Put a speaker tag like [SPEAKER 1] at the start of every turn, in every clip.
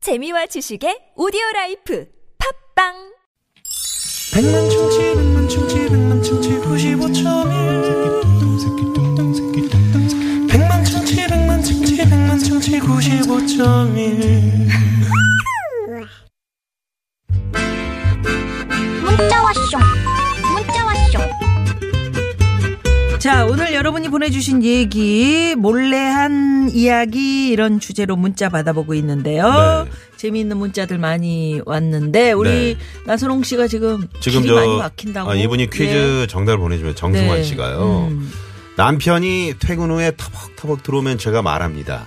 [SPEAKER 1] 재미와 지식의 오디오 라이프 팝빵
[SPEAKER 2] 백만 충치 백만 충치 백만 충치 구십오점일 백만 충치 백만 충치 백만 충치 구십오점일
[SPEAKER 3] 문자 왔쇼 문자 왔쇼
[SPEAKER 4] 자, 오늘 여러분이 보내주신 얘기, 몰래 한 이야기, 이런 주제로 문자 받아보고 있는데요. 재미있는 문자들 많이 왔는데, 우리
[SPEAKER 5] 네.
[SPEAKER 4] 나선홍 씨가 지금,
[SPEAKER 5] 지금
[SPEAKER 4] 길이
[SPEAKER 5] 저
[SPEAKER 4] 많이 막힌다고. 예.
[SPEAKER 5] 아, 이분이 퀴즈 정답을 보내주면 정승환
[SPEAKER 4] 네.
[SPEAKER 5] 씨가요. 남편이 퇴근 후에 터벅터벅 들어오면 제가 말합니다.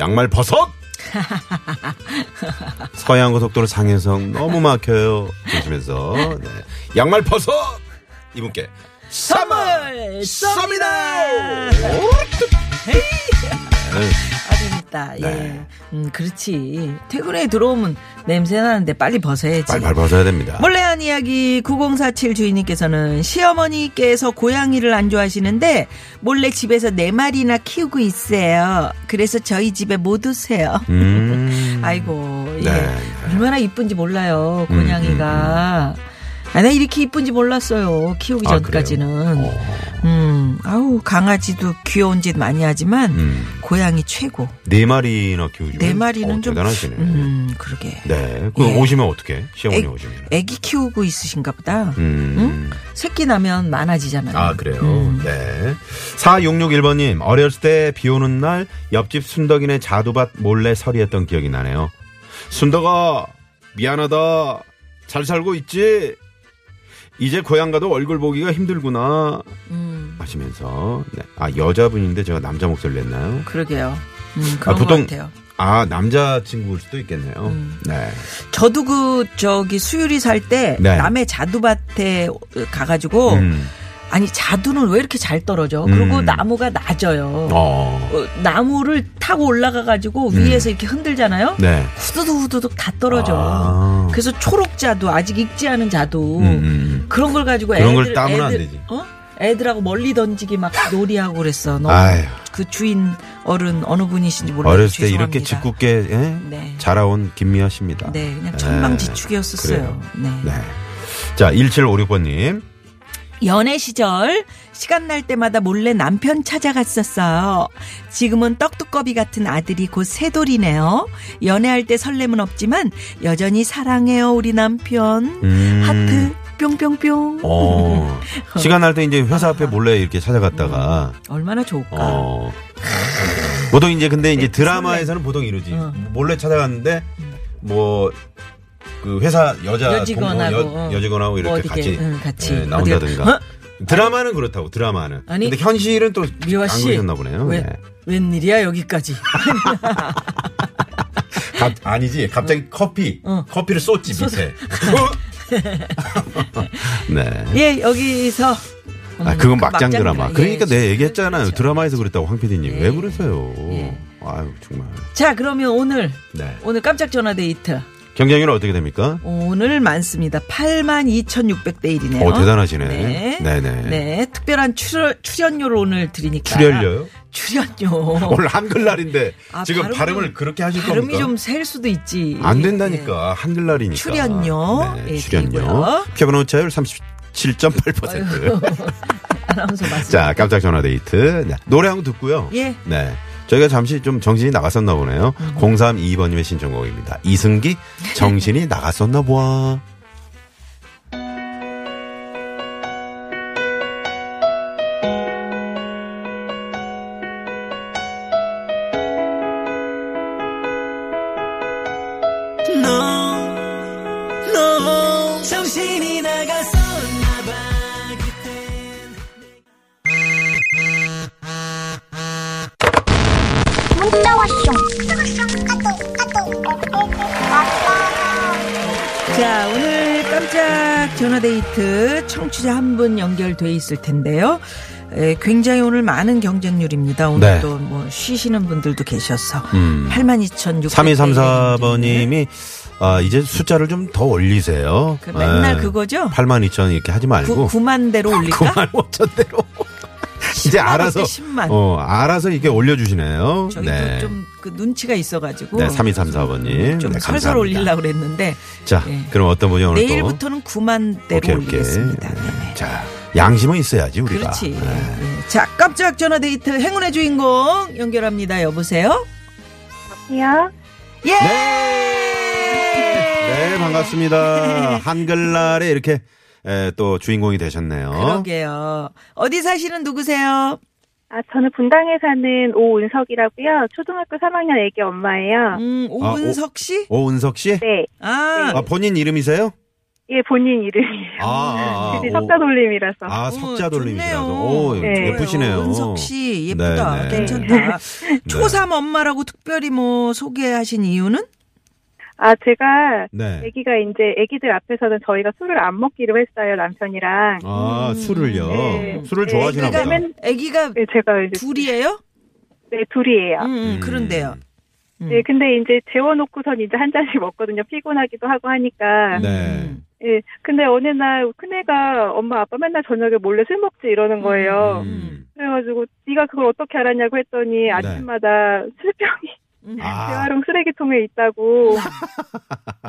[SPEAKER 5] 양말 벗어! 서양 고속도로 상해성 너무 막혀요. 조심해서 네. 양말 벗어! 이분께
[SPEAKER 4] 선물!
[SPEAKER 5] 쏩니다!
[SPEAKER 4] 쏩니다! 아닙니다.
[SPEAKER 5] 네.
[SPEAKER 4] 예. 음, 그렇지. 퇴근에 들어오면 냄새 나는데 빨리 벗어야지.
[SPEAKER 5] 빨리 발 벗어야 됩니다.
[SPEAKER 4] 몰래 한 이야기 9047 주인님께서는 시어머니께서 고양이를 안 좋아하시는데 몰래 집에서 네 마리나 키우고 있어요. 그래서 저희 집에 못 오세요.
[SPEAKER 5] 음.
[SPEAKER 4] 아이고 예.
[SPEAKER 5] 네, 네. 음,
[SPEAKER 4] 얼마나 이쁜지 몰라요 고양이가. 아, 나 이렇게 이쁜지 몰랐어요. 키우기
[SPEAKER 5] 아,
[SPEAKER 4] 전까지는.
[SPEAKER 5] 그래요? 어.
[SPEAKER 4] 음, 아우, 강아지도 귀여운 짓 많이 하지만,
[SPEAKER 5] 음.
[SPEAKER 4] 고양이 최고.
[SPEAKER 5] 네 마리나 키우시면
[SPEAKER 4] 네 마리는
[SPEAKER 5] 어,
[SPEAKER 4] 좀.
[SPEAKER 5] 대단하시네.
[SPEAKER 4] 음, 그러게.
[SPEAKER 5] 네. 그
[SPEAKER 4] 예.
[SPEAKER 5] 오시면 어떻게? 시어머니
[SPEAKER 4] 애-
[SPEAKER 5] 오시면.
[SPEAKER 4] 애기 키우고 있으신가 보다.
[SPEAKER 5] 음.
[SPEAKER 4] 새끼 나면 많아지잖아요.
[SPEAKER 5] 아, 그래요?
[SPEAKER 4] 음.
[SPEAKER 5] 네. 4661번님, 어렸을 때 비 오는 날 옆집 순덕이네 자두밭 몰래 서리했던 기억이 나네요. 순덕아, 미안하다. 잘 살고 있지? 이제 고향 가도 얼굴 보기가 힘들구나.
[SPEAKER 4] 음,
[SPEAKER 5] 하시면서. 네. 아, 여자분인데 제가 남자 목소리를 냈나요?
[SPEAKER 4] 그러게요. 음, 그런
[SPEAKER 5] 보통-
[SPEAKER 4] 것 같아요.
[SPEAKER 5] 아, 남자친구일 수도 있겠네요.
[SPEAKER 4] 음.
[SPEAKER 5] 네.
[SPEAKER 4] 저도 그 저기 수유리 살 때
[SPEAKER 5] 네.
[SPEAKER 4] 남의 자두밭에 가가지고
[SPEAKER 5] 음.
[SPEAKER 4] 아니 자두는 왜 이렇게 잘 떨어져?
[SPEAKER 5] 음.
[SPEAKER 4] 그리고 나무가 낮아요.
[SPEAKER 5] 어.
[SPEAKER 4] 어, 나무를 타고 올라가가지고
[SPEAKER 5] 음.
[SPEAKER 4] 위에서 이렇게 흔들잖아요.
[SPEAKER 5] 네.
[SPEAKER 4] 후두둑 후두둑 다 떨어져.
[SPEAKER 5] 아.
[SPEAKER 4] 그래서 초록 자두 아직 익지 않은 자두
[SPEAKER 5] 음, 음.
[SPEAKER 4] 그런 걸 가지고
[SPEAKER 5] 그런 걸
[SPEAKER 4] 애들
[SPEAKER 5] 따면 안
[SPEAKER 4] 애들-
[SPEAKER 5] 되지.
[SPEAKER 4] 어? 애들하고 멀리 던지기 막 놀이하고 그랬어. 너무
[SPEAKER 5] 아휴.
[SPEAKER 4] 그 주인 어른 어느 분이신지 몰라요.
[SPEAKER 5] 어렸을 때
[SPEAKER 4] 죄송합니다.
[SPEAKER 5] 이렇게 짓궂게 예?
[SPEAKER 4] 네.
[SPEAKER 5] 자라온 김미아 씨입니다.
[SPEAKER 4] 네, 그냥
[SPEAKER 5] 그래요.
[SPEAKER 4] 천방지축이었었어요. 네.
[SPEAKER 5] 네. 자, 1756번님.
[SPEAKER 4] 연애 시절 시간 날 때마다 몰래 남편 찾아갔었어요. 지금은 떡두꺼비 같은 아들이 곧 새돌이네요. 연애할 때 설렘은 없지만 여전히 사랑해요 우리 남편.
[SPEAKER 5] 음.
[SPEAKER 4] 하트 뿅뿅뿅.
[SPEAKER 5] 어. 시간 날 때 이제 회사 앞에 몰래 이렇게 찾아갔다가,
[SPEAKER 4] 얼마나 좋을까. 네,
[SPEAKER 5] 어. 보통 이제 근데 이제 드라마에서는 보통 이러지.
[SPEAKER 4] 어.
[SPEAKER 5] 몰래 찾아갔는데, 뭐, 그 회사 여자
[SPEAKER 4] 여직원하고,
[SPEAKER 5] 동료,
[SPEAKER 4] 어.
[SPEAKER 5] 여, 직원하고 이렇게
[SPEAKER 4] 어디게,
[SPEAKER 5] 같이,
[SPEAKER 4] 응, 같이.
[SPEAKER 5] 예, 나온다든가.
[SPEAKER 4] 어디가, 어?
[SPEAKER 5] 드라마는 그렇다고 드라마는.
[SPEAKER 4] 아니,
[SPEAKER 5] 근데 현실은 또 안
[SPEAKER 4] 미화 씨.
[SPEAKER 5] 그러셨나 보네요.
[SPEAKER 4] 왜,
[SPEAKER 5] 네.
[SPEAKER 4] 웬일이야 여기까지.
[SPEAKER 5] 갑, 아니지.
[SPEAKER 4] 어.
[SPEAKER 5] 갑자기 커피. 커피를 쏟지, 밑에. 네.
[SPEAKER 4] 예, 여기서.
[SPEAKER 5] 아,
[SPEAKER 4] 음,
[SPEAKER 5] 그건
[SPEAKER 4] 그
[SPEAKER 5] 막장 드라마. 그러니까
[SPEAKER 4] 예,
[SPEAKER 5] 내 얘기했잖아요.
[SPEAKER 4] 그렇죠.
[SPEAKER 5] 드라마에서 그랬다고 황 PD님. 왜
[SPEAKER 4] 예.
[SPEAKER 5] 그러세요?
[SPEAKER 4] 예.
[SPEAKER 5] 아유, 정말.
[SPEAKER 4] 자, 그러면 오늘
[SPEAKER 5] 네.
[SPEAKER 4] 오늘 깜짝 전화 데이트.
[SPEAKER 5] 경쟁률은 어떻게 됩니까?
[SPEAKER 4] 오늘 많습니다. 82,600대 1이네요.
[SPEAKER 5] 어, 대단하시네.
[SPEAKER 4] 네.
[SPEAKER 5] 네네.
[SPEAKER 4] 네, 특별한 출연, 출연료를 오늘 드리니까.
[SPEAKER 5] 출연료요?
[SPEAKER 4] 출연료.
[SPEAKER 5] 오늘 한글날인데
[SPEAKER 4] 아,
[SPEAKER 5] 지금
[SPEAKER 4] 발음이-
[SPEAKER 5] 발음을 그렇게 하실
[SPEAKER 4] 발음이
[SPEAKER 5] 겁니까?
[SPEAKER 4] 좀 셀 수도 있지. 예,
[SPEAKER 5] 안 된다니까. 한글날이니까.
[SPEAKER 4] 출연료.
[SPEAKER 5] 네,
[SPEAKER 4] 예,
[SPEAKER 5] 출연료.
[SPEAKER 4] 드리고요.
[SPEAKER 5] 표본 오차율 37.8%.
[SPEAKER 4] 예. 아나운서 말씀.
[SPEAKER 5] 자, 깜짝 전화 데이트. 네, 노래 한 곡 듣고요.
[SPEAKER 4] 예. 음.
[SPEAKER 5] 네. 저희가 잠시 좀 정신이 나갔었나 보네요. 0322번님의 신청곡입니다. 이승기, 정신이 나갔었나 보아.
[SPEAKER 2] 너너 정신이 나갔었나 봐
[SPEAKER 3] 문자 왔쇼 까똑 까똑
[SPEAKER 4] 자, 오늘 깜짝 전화데이트 청취자 한 분 연결돼 있을 텐데요. 에, 굉장히 오늘 많은 경쟁률입니다. 오늘도
[SPEAKER 5] 네.
[SPEAKER 4] 뭐 쉬시는 분들도 계셔서 82,600.
[SPEAKER 5] 음. 3234번님이, 아, 이제 숫자를 좀 더 올리세요.
[SPEAKER 4] 네, 그 맨날
[SPEAKER 5] 네.
[SPEAKER 4] 그거죠?
[SPEAKER 5] 8만 2천 이렇게 하지 말고.
[SPEAKER 4] 9만 대로 올릴까?
[SPEAKER 5] 9만 5천 대로. 이제
[SPEAKER 4] 10만
[SPEAKER 5] 알아서.
[SPEAKER 4] 어때, 10만.
[SPEAKER 5] 어, 알아서 이게 올려주시네요.
[SPEAKER 4] 저희도
[SPEAKER 5] 네.
[SPEAKER 4] 좀 그 눈치가 있어가지고.
[SPEAKER 5] 네, 3234번님.
[SPEAKER 4] 좀
[SPEAKER 5] 네,
[SPEAKER 4] 설설
[SPEAKER 5] 감사합니다.
[SPEAKER 4] 올리려고 그랬는데.
[SPEAKER 5] 자,
[SPEAKER 4] 예.
[SPEAKER 5] 그럼 어떤 분이 오늘 또.
[SPEAKER 4] 내일부터는 9만 대로
[SPEAKER 5] 오케이, 오케이.
[SPEAKER 4] 올리겠습니다.
[SPEAKER 5] 네.
[SPEAKER 4] 네.
[SPEAKER 5] 자, 양심은 있어야지, 우리가.
[SPEAKER 4] 그렇지.
[SPEAKER 5] 네.
[SPEAKER 4] 예. 자, 깜짝 전화 데이트 행운의 주인공 연결합니다. 여보세요?
[SPEAKER 6] 요
[SPEAKER 4] 예!
[SPEAKER 5] 네,
[SPEAKER 4] 네.
[SPEAKER 5] 반갑습니다. 한글날에 이렇게 에, 또 주인공이 되셨네요.
[SPEAKER 4] 그러게요. 어디 사시는 누구세요?
[SPEAKER 6] 아, 저는 분당에 사는 오은석이라고요. 초등학교 3학년 애기 엄마예요.
[SPEAKER 5] 아,
[SPEAKER 4] 음, 오은석 씨?
[SPEAKER 5] 오은석 씨?
[SPEAKER 6] 아. 네.
[SPEAKER 4] 아,
[SPEAKER 5] 아, 본인 이름이세요?
[SPEAKER 6] 예, 본인 이름이에요.
[SPEAKER 5] 아, 아, 아.
[SPEAKER 6] 굳이
[SPEAKER 5] 오.
[SPEAKER 6] 석자 돌림이라서.
[SPEAKER 5] 아, 석자 돌림이시라서.
[SPEAKER 4] 어, 좋네요.
[SPEAKER 5] 오,
[SPEAKER 6] 네.
[SPEAKER 5] 예쁘시네요.
[SPEAKER 4] 어, 은석 씨 예쁘다.
[SPEAKER 5] 네, 네.
[SPEAKER 4] 괜찮다.
[SPEAKER 5] 네.
[SPEAKER 4] 초삼 엄마라고 특별히 뭐 소개하신 이유는?
[SPEAKER 6] 아, 제가
[SPEAKER 5] 네.
[SPEAKER 6] 애기가 이제 애기들 앞에서는 저희가 술을 안 먹기로 했어요, 남편이랑.
[SPEAKER 5] 아, 술을요.
[SPEAKER 6] 네.
[SPEAKER 5] 술을
[SPEAKER 6] 네,
[SPEAKER 5] 뭐 좋아하시나
[SPEAKER 6] 그러니까
[SPEAKER 5] 보다.
[SPEAKER 6] 맨-
[SPEAKER 4] 아기가
[SPEAKER 6] 네, 제가 이제
[SPEAKER 4] 둘이에요?
[SPEAKER 6] 네, 둘이에요.
[SPEAKER 4] 음, 음,
[SPEAKER 5] 음.
[SPEAKER 4] 그런데요. 음.
[SPEAKER 6] 네, 근데 이제 재워놓고선 이제 한 잔씩 먹거든요. 피곤하기도 하고 하니까.
[SPEAKER 5] 네.
[SPEAKER 6] 예, 근데 어느 날 큰애가 엄마 아빠 맨날 저녁에 몰래 술 먹지 이러는 거예요.
[SPEAKER 5] 음. 네.
[SPEAKER 6] 그래가지고 네가 그걸 어떻게 알았냐고 했더니 아침마다 술병이
[SPEAKER 4] 음.
[SPEAKER 5] 아,
[SPEAKER 6] 재활용 쓰레기통에 있다고.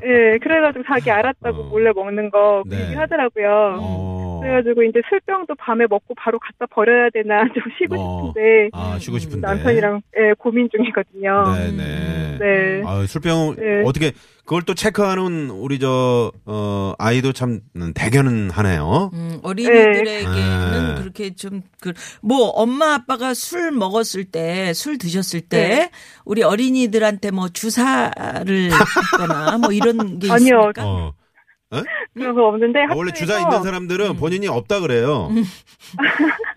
[SPEAKER 6] 예, 그래가지고 자기 알았다고
[SPEAKER 5] 어.
[SPEAKER 6] 몰래 먹는 거 그
[SPEAKER 5] 네.
[SPEAKER 6] 얘기 하더라고요.
[SPEAKER 5] 어.
[SPEAKER 6] 그래가지고 이제 술병도 밤에 먹고 바로 갖다 버려야 되나 좀 쉬고
[SPEAKER 5] 어.
[SPEAKER 6] 싶은데
[SPEAKER 5] 아, 쉬고 싶은데.
[SPEAKER 6] 남편이랑 예, 고민 중이거든요.
[SPEAKER 5] 네, 네.
[SPEAKER 6] 네.
[SPEAKER 5] 아, 술병
[SPEAKER 6] 네.
[SPEAKER 5] 어떻게 그걸 또 체크하는 우리 저 어, 아이도 참 음, 대견은 하네요.
[SPEAKER 4] 음, 어린이들에게는
[SPEAKER 5] 네.
[SPEAKER 4] 그렇게 좀, 그, 뭐, 엄마 아빠가 술 먹었을 때, 술 드셨을 때,
[SPEAKER 6] 네.
[SPEAKER 4] 우리 어린이들한테 뭐 주사를 했거나 뭐 이런 게
[SPEAKER 6] 아니요.
[SPEAKER 4] 있습니까?
[SPEAKER 5] 어.
[SPEAKER 6] 그런 거 없는데
[SPEAKER 5] 아,
[SPEAKER 6] 학교에서
[SPEAKER 5] 원래 주사 있는 사람들은 본인이 없다 그래요.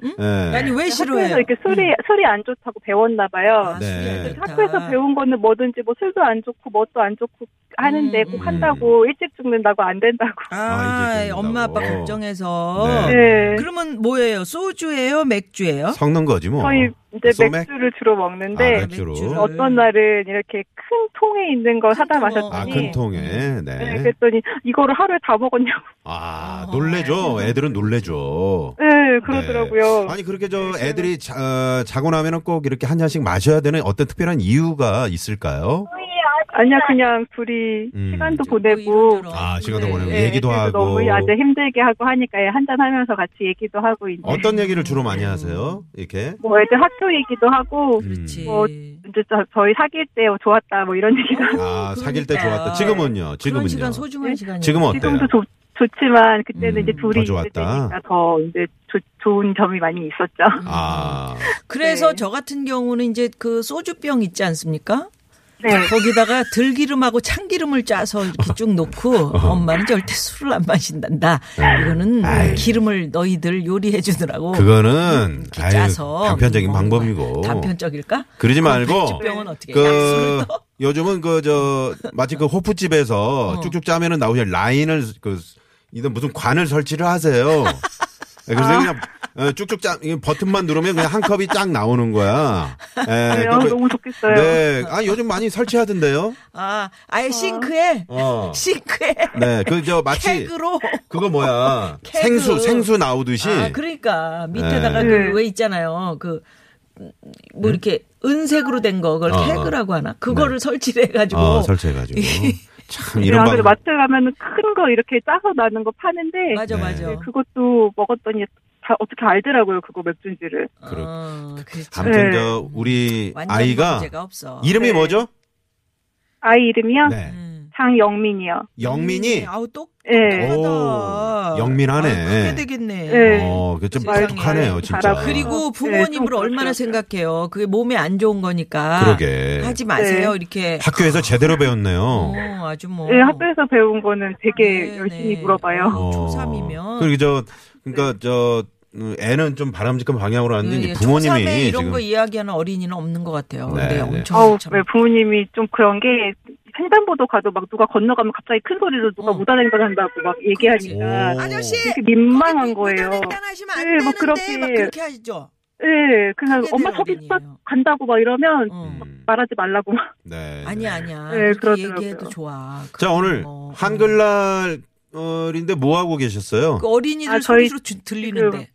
[SPEAKER 5] 예.
[SPEAKER 4] 아니, 왜
[SPEAKER 6] 학교에서
[SPEAKER 4] 싫어해요?
[SPEAKER 6] 이렇게
[SPEAKER 5] 음.
[SPEAKER 6] 술이 술이 안 좋다고 배웠나 봐요.
[SPEAKER 4] 아,
[SPEAKER 5] 네.
[SPEAKER 4] 술이 안
[SPEAKER 5] 그래서
[SPEAKER 4] 좋다.
[SPEAKER 6] 학교에서 배운 거는 뭐든지 뭐 술도 안 좋고 뭣도 안 좋고 하는데
[SPEAKER 4] 음,
[SPEAKER 6] 꼭
[SPEAKER 5] 음.
[SPEAKER 6] 한다고 일찍 죽는다고 안 된다고.
[SPEAKER 5] 아,
[SPEAKER 4] 아,
[SPEAKER 5] 이게 된다고.
[SPEAKER 4] 엄마 아빠 걱정해서.
[SPEAKER 5] 네.
[SPEAKER 6] 네.
[SPEAKER 4] 그러면 뭐예요? 소주예요? 맥주예요?
[SPEAKER 5] 섞는 거지 뭐.
[SPEAKER 6] 저희 이제
[SPEAKER 5] 소맥?
[SPEAKER 6] 맥주를 주로
[SPEAKER 5] 아,
[SPEAKER 6] 먹는데
[SPEAKER 5] 맥주로.
[SPEAKER 4] 맥주를.
[SPEAKER 6] 어떤 날은 이렇게 큰 통에 있는 걸 사다
[SPEAKER 4] 큰 통.
[SPEAKER 6] 마셨더니
[SPEAKER 5] 아, 큰 통에. 네.
[SPEAKER 6] 네, 그랬더니 이거를 하루에 다 먹었냐고.
[SPEAKER 5] 아, 놀래죠.
[SPEAKER 4] 네.
[SPEAKER 5] 애들은 놀래죠.
[SPEAKER 6] 네, 그러더라고요.
[SPEAKER 5] 아니 그렇게 저
[SPEAKER 4] 네,
[SPEAKER 5] 애들이 자, 어, 자고 나면은 꼭 이렇게 한 잔씩 마셔야 되는 어떤 특별한 이유가 있을까요?
[SPEAKER 6] 아니, 야 그냥 둘이
[SPEAKER 5] 음.
[SPEAKER 6] 시간도
[SPEAKER 4] 뭐
[SPEAKER 6] 보내고 네,
[SPEAKER 4] 이런저런.
[SPEAKER 5] 아, 시간도
[SPEAKER 4] 그래.
[SPEAKER 5] 보내고
[SPEAKER 4] 예.
[SPEAKER 5] 얘기도
[SPEAKER 6] 그래서
[SPEAKER 5] 하고.
[SPEAKER 6] 너무 아재 힘들게 하고 하니까 예, 한잔 하면서 같이 얘기도 하고 이제
[SPEAKER 4] 음.
[SPEAKER 5] 어떤 얘기를 주로 많이 하세요? 이렇게?
[SPEAKER 6] 뭐 애들 학교 얘기도 하고
[SPEAKER 5] 음.
[SPEAKER 4] 그렇지.
[SPEAKER 6] 뭐, 이제 저, 저희 사귈 때 좋았다 뭐 이런 얘기도 하고
[SPEAKER 5] 아, 사귈 때
[SPEAKER 4] 그러니까.
[SPEAKER 5] 좋았다. 지금은요.
[SPEAKER 4] 그런
[SPEAKER 5] 지금은요.
[SPEAKER 4] 시간
[SPEAKER 6] 네.
[SPEAKER 4] 소중한 시간이에요.
[SPEAKER 5] 지금 어때요?
[SPEAKER 6] 지금도 좋, 좋지만 그때는
[SPEAKER 5] 네. 음,
[SPEAKER 6] 이제
[SPEAKER 5] 더
[SPEAKER 6] 둘이 있을
[SPEAKER 5] 좋았다.
[SPEAKER 6] 때니까 더 이제 좋- 좋은 점이 많이 있었죠.
[SPEAKER 5] 아,
[SPEAKER 4] 그래서
[SPEAKER 6] 네.
[SPEAKER 4] 저 같은 경우는 이제 그 소주병 있지 않습니까?
[SPEAKER 6] 네.
[SPEAKER 4] 거기다가 들기름하고 참기름을 짜서 이렇게 쭉 놓고 엄마는 절대 술을 안 마신단다. 이거는
[SPEAKER 5] 네. 아이.
[SPEAKER 4] 기름을 너희들 요리해 주느라고
[SPEAKER 5] 그거는
[SPEAKER 4] 어. 음, 이렇게
[SPEAKER 5] 아유,
[SPEAKER 4] 짜서
[SPEAKER 5] 단편적인
[SPEAKER 4] 먹는 거야.
[SPEAKER 5] 방법이고.
[SPEAKER 4] 단편적일까?
[SPEAKER 5] 그러지 말고
[SPEAKER 6] 네.
[SPEAKER 4] 병은 어떻게
[SPEAKER 5] 그 요즘은 그 저 마치 그 호프집에서
[SPEAKER 4] 어.
[SPEAKER 5] 쭉쭉 짜면은 나오는 라인을 그 이런 무슨 관을 설치를 하세요. 예, 그래서 그냥
[SPEAKER 4] 아.
[SPEAKER 5] 어, 쭉쭉 짜 이게 버튼만 누르면 그냥 한 컵이 쫙 나오는 거야. 예,
[SPEAKER 6] 아,
[SPEAKER 5] 그거-
[SPEAKER 6] 너무 좋겠어요.
[SPEAKER 5] 네, 아 요즘 많이 설치하던데요.
[SPEAKER 4] 아, 아예 싱크에
[SPEAKER 5] 어.
[SPEAKER 4] 싱크에
[SPEAKER 5] 네, 그 저 마치
[SPEAKER 4] 팩으로
[SPEAKER 5] 그거 뭐야
[SPEAKER 4] 캐그.
[SPEAKER 5] 생수 생수 나오듯이
[SPEAKER 4] 아, 그러니까 밑에다가
[SPEAKER 5] 네. 음?
[SPEAKER 4] 그 왜 있잖아요. 그 뭐 이렇게 은색으로 된 거, 그걸
[SPEAKER 5] 어, 어.
[SPEAKER 4] 태그라고 하나? 그거를 설치를 해가지고.
[SPEAKER 5] 어, 설치해가지고 참 이런
[SPEAKER 6] 아, 그래서
[SPEAKER 5] 방
[SPEAKER 6] 마트 가면은 큰 거 이렇게 짜서 나는 거 파는데
[SPEAKER 4] 맞아,
[SPEAKER 5] 네.
[SPEAKER 4] 맞아.
[SPEAKER 6] 그것도 먹었더니 다 어떻게 알더라고요 그거 맥주인지를.
[SPEAKER 5] 그렇-
[SPEAKER 4] 어, 그렇지.
[SPEAKER 5] 아무튼
[SPEAKER 6] 네.
[SPEAKER 5] 저 우리
[SPEAKER 4] 완전히 그
[SPEAKER 5] 아이가
[SPEAKER 4] 문제가 없어.
[SPEAKER 5] 이름이
[SPEAKER 6] 네.
[SPEAKER 5] 뭐죠?
[SPEAKER 6] 아이 이름이요?
[SPEAKER 5] 네,
[SPEAKER 4] 음.
[SPEAKER 6] 장영민이요.
[SPEAKER 5] 영민이.
[SPEAKER 4] 음, 아우 똑.
[SPEAKER 6] 네.
[SPEAKER 4] 똑똑하다.
[SPEAKER 5] 오, 영민하네.
[SPEAKER 4] 아유, 크게 되겠네.
[SPEAKER 6] 네.
[SPEAKER 5] 어, 그좀
[SPEAKER 4] 세상에.
[SPEAKER 5] 똑똑하네요, 진짜.
[SPEAKER 6] 잘하고.
[SPEAKER 4] 그리고
[SPEAKER 6] 어, 네, 좀
[SPEAKER 4] 부모님을
[SPEAKER 6] 그렇죠.
[SPEAKER 4] 얼마나 생각해요. 그게 몸에 안 좋은 거니까.
[SPEAKER 5] 아, 그러게.
[SPEAKER 4] 하지 마세요. 이렇게.
[SPEAKER 5] 학교에서 제대로 배웠네요.
[SPEAKER 4] 어, 아주 뭐.
[SPEAKER 6] 네, 학교에서 배운 거는 되게
[SPEAKER 4] 네,
[SPEAKER 6] 열심히
[SPEAKER 4] 네.
[SPEAKER 6] 물어봐요.
[SPEAKER 4] 어. 초3이면. 네.
[SPEAKER 5] 그리고 저 그러니까 저 음, 애는 좀 바람직한 방향으로 하는데 이제 부모님이
[SPEAKER 4] 에그 네. 이런
[SPEAKER 5] 지금
[SPEAKER 4] 거 이야기하는 어린이는 없는 것 같아요.
[SPEAKER 5] 네,
[SPEAKER 4] 네,
[SPEAKER 5] 네.
[SPEAKER 4] 엄청
[SPEAKER 6] 아우,
[SPEAKER 4] 참-
[SPEAKER 6] 왜 부모님이 좀 그런 게 횡단보도 가도 막 누가 건너가면 갑자기 큰 소리로 누가
[SPEAKER 4] 어.
[SPEAKER 6] 무단횡단한다고 막 얘기하니까
[SPEAKER 5] 오.
[SPEAKER 4] 아저씨
[SPEAKER 6] 되게 민망한 거예요.
[SPEAKER 4] 일단하시면 안
[SPEAKER 6] 네,
[SPEAKER 4] 되는데
[SPEAKER 6] 뭐
[SPEAKER 4] 막 그렇게,
[SPEAKER 6] 그렇게-
[SPEAKER 4] 하시죠.
[SPEAKER 6] 예, 그냥
[SPEAKER 4] 그게
[SPEAKER 6] 엄마
[SPEAKER 4] 늘
[SPEAKER 6] 저기
[SPEAKER 4] 어린이에요.
[SPEAKER 6] 딱 간다고 막 이러면
[SPEAKER 4] 어.
[SPEAKER 5] 음,
[SPEAKER 6] 말하지 말라고 막.
[SPEAKER 5] 네.
[SPEAKER 4] 아니야 아니야.
[SPEAKER 6] 네,
[SPEAKER 4] 그렇게
[SPEAKER 6] 그러더라고요.
[SPEAKER 4] 얘기해도 좋아.
[SPEAKER 5] 자, 오늘
[SPEAKER 4] 뭐,
[SPEAKER 5] 한글날인데 뭐 하고 계셨어요?
[SPEAKER 4] 그 어린이들
[SPEAKER 6] 아, 저희
[SPEAKER 4] 소리로 주- 들리는데.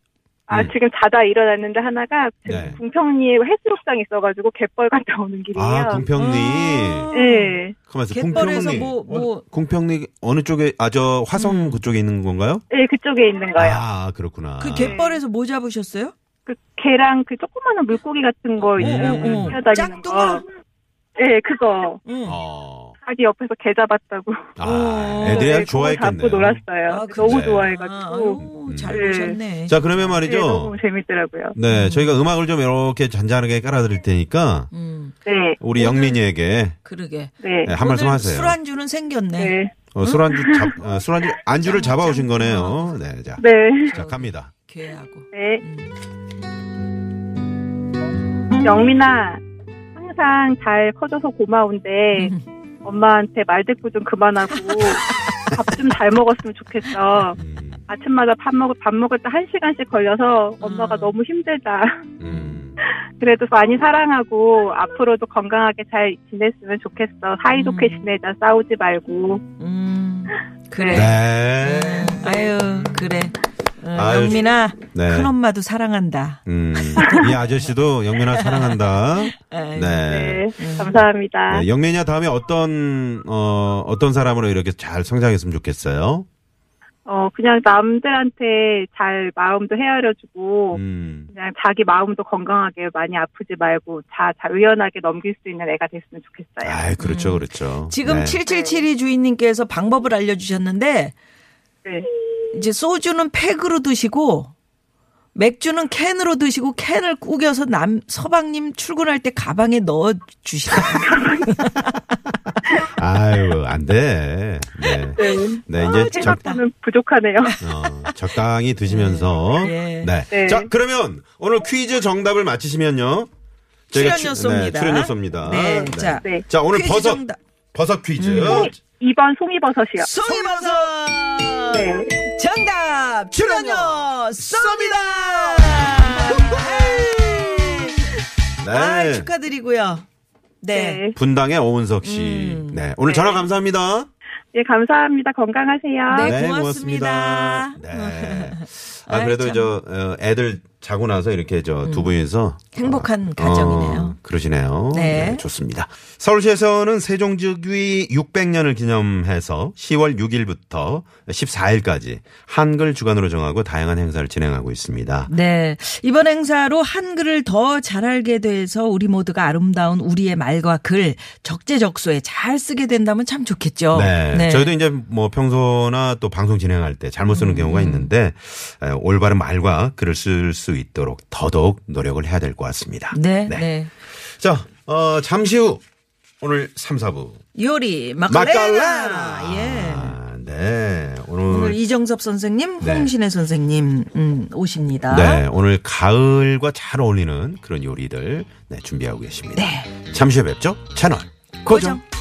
[SPEAKER 6] 아,
[SPEAKER 5] 음.
[SPEAKER 6] 지금 자다 일어났는데 하나가 지금
[SPEAKER 5] 네.
[SPEAKER 6] 궁평리에 해수욕장 있어가지고 갯벌 갔다 오는 길이에요.
[SPEAKER 5] 아, 궁평리.
[SPEAKER 4] 아.
[SPEAKER 6] 예.
[SPEAKER 5] 가만있어.
[SPEAKER 4] 갯벌에서
[SPEAKER 5] 궁평리.
[SPEAKER 4] 뭐- 뭐- 음.
[SPEAKER 5] 어, 궁평리 어느 쪽에, 아, 저 화성 그쪽에 있는 건가요?
[SPEAKER 6] 예, 그쪽에 있는 거예요.
[SPEAKER 5] 아, 그렇구나.
[SPEAKER 4] 그 갯벌에서 뭐 잡으셨어요?
[SPEAKER 6] 그 개랑 그 조그마한 물고기 같은 거 있잖아요. 그
[SPEAKER 5] 음, 음.
[SPEAKER 6] 펴다니는 거.
[SPEAKER 4] 짝퉁아?
[SPEAKER 6] 예, 그거.
[SPEAKER 4] 응.
[SPEAKER 5] 어.
[SPEAKER 6] 자기 옆에서 개 잡았다고.
[SPEAKER 5] 아,
[SPEAKER 4] 어.
[SPEAKER 5] 애들이
[SPEAKER 6] 네,
[SPEAKER 5] 아주
[SPEAKER 6] 그거
[SPEAKER 5] 좋아했겠네요.
[SPEAKER 6] 잡고 놀았어요.
[SPEAKER 4] 아,
[SPEAKER 6] 너무
[SPEAKER 5] 그래요?
[SPEAKER 6] 좋아해가지고.
[SPEAKER 4] 아유, 잘
[SPEAKER 6] 네.
[SPEAKER 4] 보셨네.
[SPEAKER 5] 음. 자, 그러면 말이죠.
[SPEAKER 6] 예, 너무 재밌더라고요.
[SPEAKER 5] 네, 저희가 음악을 좀 이렇게 잔잔하게 깔아드릴 테니까
[SPEAKER 4] 음,
[SPEAKER 6] 네,
[SPEAKER 5] 우리 영민이에게
[SPEAKER 4] 그러게.
[SPEAKER 6] 네.
[SPEAKER 5] 네, 한 말씀
[SPEAKER 4] 오늘
[SPEAKER 5] 하세요.
[SPEAKER 4] 술안주는 생겼네.
[SPEAKER 6] 네.
[SPEAKER 5] 어, 술안주 잡, 어, 술안주 안주를 잡아오신 거네요. 네, 자,
[SPEAKER 6] 네.
[SPEAKER 5] 자 갑니다.
[SPEAKER 4] 괴하고.
[SPEAKER 6] 네.
[SPEAKER 4] 음.
[SPEAKER 6] 영민아, 항상 잘 커져서 고마운데, 엄마한테 말 듣고 좀 그만하고, 밥 좀 잘 먹었으면 좋겠어.
[SPEAKER 5] 음,
[SPEAKER 6] 아침마다 밥, 먹, 밥 먹을 때 한 시간씩 걸려서 엄마가
[SPEAKER 4] 음.
[SPEAKER 6] 너무 힘들다.
[SPEAKER 5] 음,
[SPEAKER 6] 그래도 많이 사랑하고, 앞으로도 건강하게 잘 지냈으면 좋겠어. 사이좋게
[SPEAKER 4] 음.
[SPEAKER 6] 지내자. 싸우지 말고.
[SPEAKER 4] 음, 그래.
[SPEAKER 5] 네,
[SPEAKER 4] 음, 아유, 그래. 어,
[SPEAKER 5] 아유,
[SPEAKER 4] 영민아,
[SPEAKER 5] 네.
[SPEAKER 4] 큰엄마도 사랑한다.
[SPEAKER 5] 음, 이 아저씨도 영민아 사랑한다.
[SPEAKER 4] 아유,
[SPEAKER 5] 네.
[SPEAKER 6] 네. 감사합니다.
[SPEAKER 5] 네, 영민이야 다음에 어떤 어 어떤 사람으로 이렇게 잘 성장했으면 좋겠어요.
[SPEAKER 6] 어, 그냥 남들한테 잘 마음도 헤아려주고,
[SPEAKER 5] 음,
[SPEAKER 6] 그냥 자기 마음도 건강하게 많이 아프지 말고 자, 자 의연하게 넘길 수 있는 애가 됐으면 좋겠어요.
[SPEAKER 5] 아, 그렇죠, 그렇죠.
[SPEAKER 4] 지금
[SPEAKER 5] 네.
[SPEAKER 4] 7772 주인님께서 방법을 알려주셨는데,
[SPEAKER 6] 네.
[SPEAKER 4] 이제 소주는 팩으로 드시고, 맥주는 캔으로 드시고, 캔을 구겨서 남, 서방님 출근할 때 가방에 넣어주시라.
[SPEAKER 5] 아유, 안 돼. 네,
[SPEAKER 6] 네.
[SPEAKER 5] 네 이제 적,
[SPEAKER 6] 생각보다는 부족하네요.
[SPEAKER 5] 어, 적당히 드시면서.
[SPEAKER 4] 예.
[SPEAKER 5] 네.
[SPEAKER 6] 네.
[SPEAKER 5] 자, 그러면 오늘 퀴즈 정답을 맞히시면요. 저희가
[SPEAKER 4] 출연료
[SPEAKER 5] 추- 네,
[SPEAKER 4] 쏩니다.
[SPEAKER 5] 출연료 쏩니다.
[SPEAKER 4] 네, 자.
[SPEAKER 6] 네.
[SPEAKER 5] 자, 오늘
[SPEAKER 4] 퀴즈
[SPEAKER 5] 버섯,
[SPEAKER 4] 정답. 음.
[SPEAKER 5] 버섯 퀴즈.
[SPEAKER 6] 2번 송이버섯이요.
[SPEAKER 4] 송이버섯!
[SPEAKER 6] 네.
[SPEAKER 4] 정답! 출연료 쏩니다!
[SPEAKER 5] 네.
[SPEAKER 4] 아, 축하드리고요. 네.
[SPEAKER 6] 네.
[SPEAKER 5] 분당의 오은석 씨.
[SPEAKER 4] 음.
[SPEAKER 5] 네. 오늘 전화 감사합니다.
[SPEAKER 6] 예, 감사합니다. 건강하세요.
[SPEAKER 4] 네. 고맙습니다.
[SPEAKER 5] 네. 아,
[SPEAKER 4] 아이,
[SPEAKER 5] 그래도
[SPEAKER 4] 참. 음.
[SPEAKER 5] 저, 어, 애들 자고 나서 이렇게 저 두 분이서.
[SPEAKER 4] 행복한
[SPEAKER 5] 어,
[SPEAKER 4] 가정이네요.
[SPEAKER 5] 어, 그러시네요.
[SPEAKER 4] 네.
[SPEAKER 5] 좋습니다. 서울시에서는 세종즉위 600년을 기념해서 10월 6일부터 14일까지 한글 주간으로 정하고 다양한 행사를 진행하고 있습니다.
[SPEAKER 4] 네. 이번 행사로 한글을 더 잘 알게 돼서 우리 모두가 아름다운 우리의 말과 글 적재적소에 잘 쓰게 된다면 참 좋겠죠.
[SPEAKER 5] 네. 저희도 이제 뭐 평소나 또 방송 진행할 때 잘못
[SPEAKER 4] 음.
[SPEAKER 5] 쓰는 경우가 있는데 에, 올바른 말과 글을 쓸 수 있도록 더더욱 노력을 해야 될 것 같습니다.
[SPEAKER 4] 네. 네.
[SPEAKER 5] 자, 어, 잠시 후 오늘 3, 4부.
[SPEAKER 4] 요리
[SPEAKER 5] 마칼레나.
[SPEAKER 4] 마칼레나. 아, 예.
[SPEAKER 5] 아, 네. 오늘,
[SPEAKER 4] 오늘 예. 이정섭 선생님,
[SPEAKER 5] 네.
[SPEAKER 4] 홍신혜 선생님 음, 오십니다.
[SPEAKER 5] 네, 오늘 가을과 잘 어울리는 그런 요리들 네, 준비하고 계십니다.
[SPEAKER 4] 네.
[SPEAKER 5] 잠시 후에 뵙죠. 채널 고정.
[SPEAKER 4] 고정.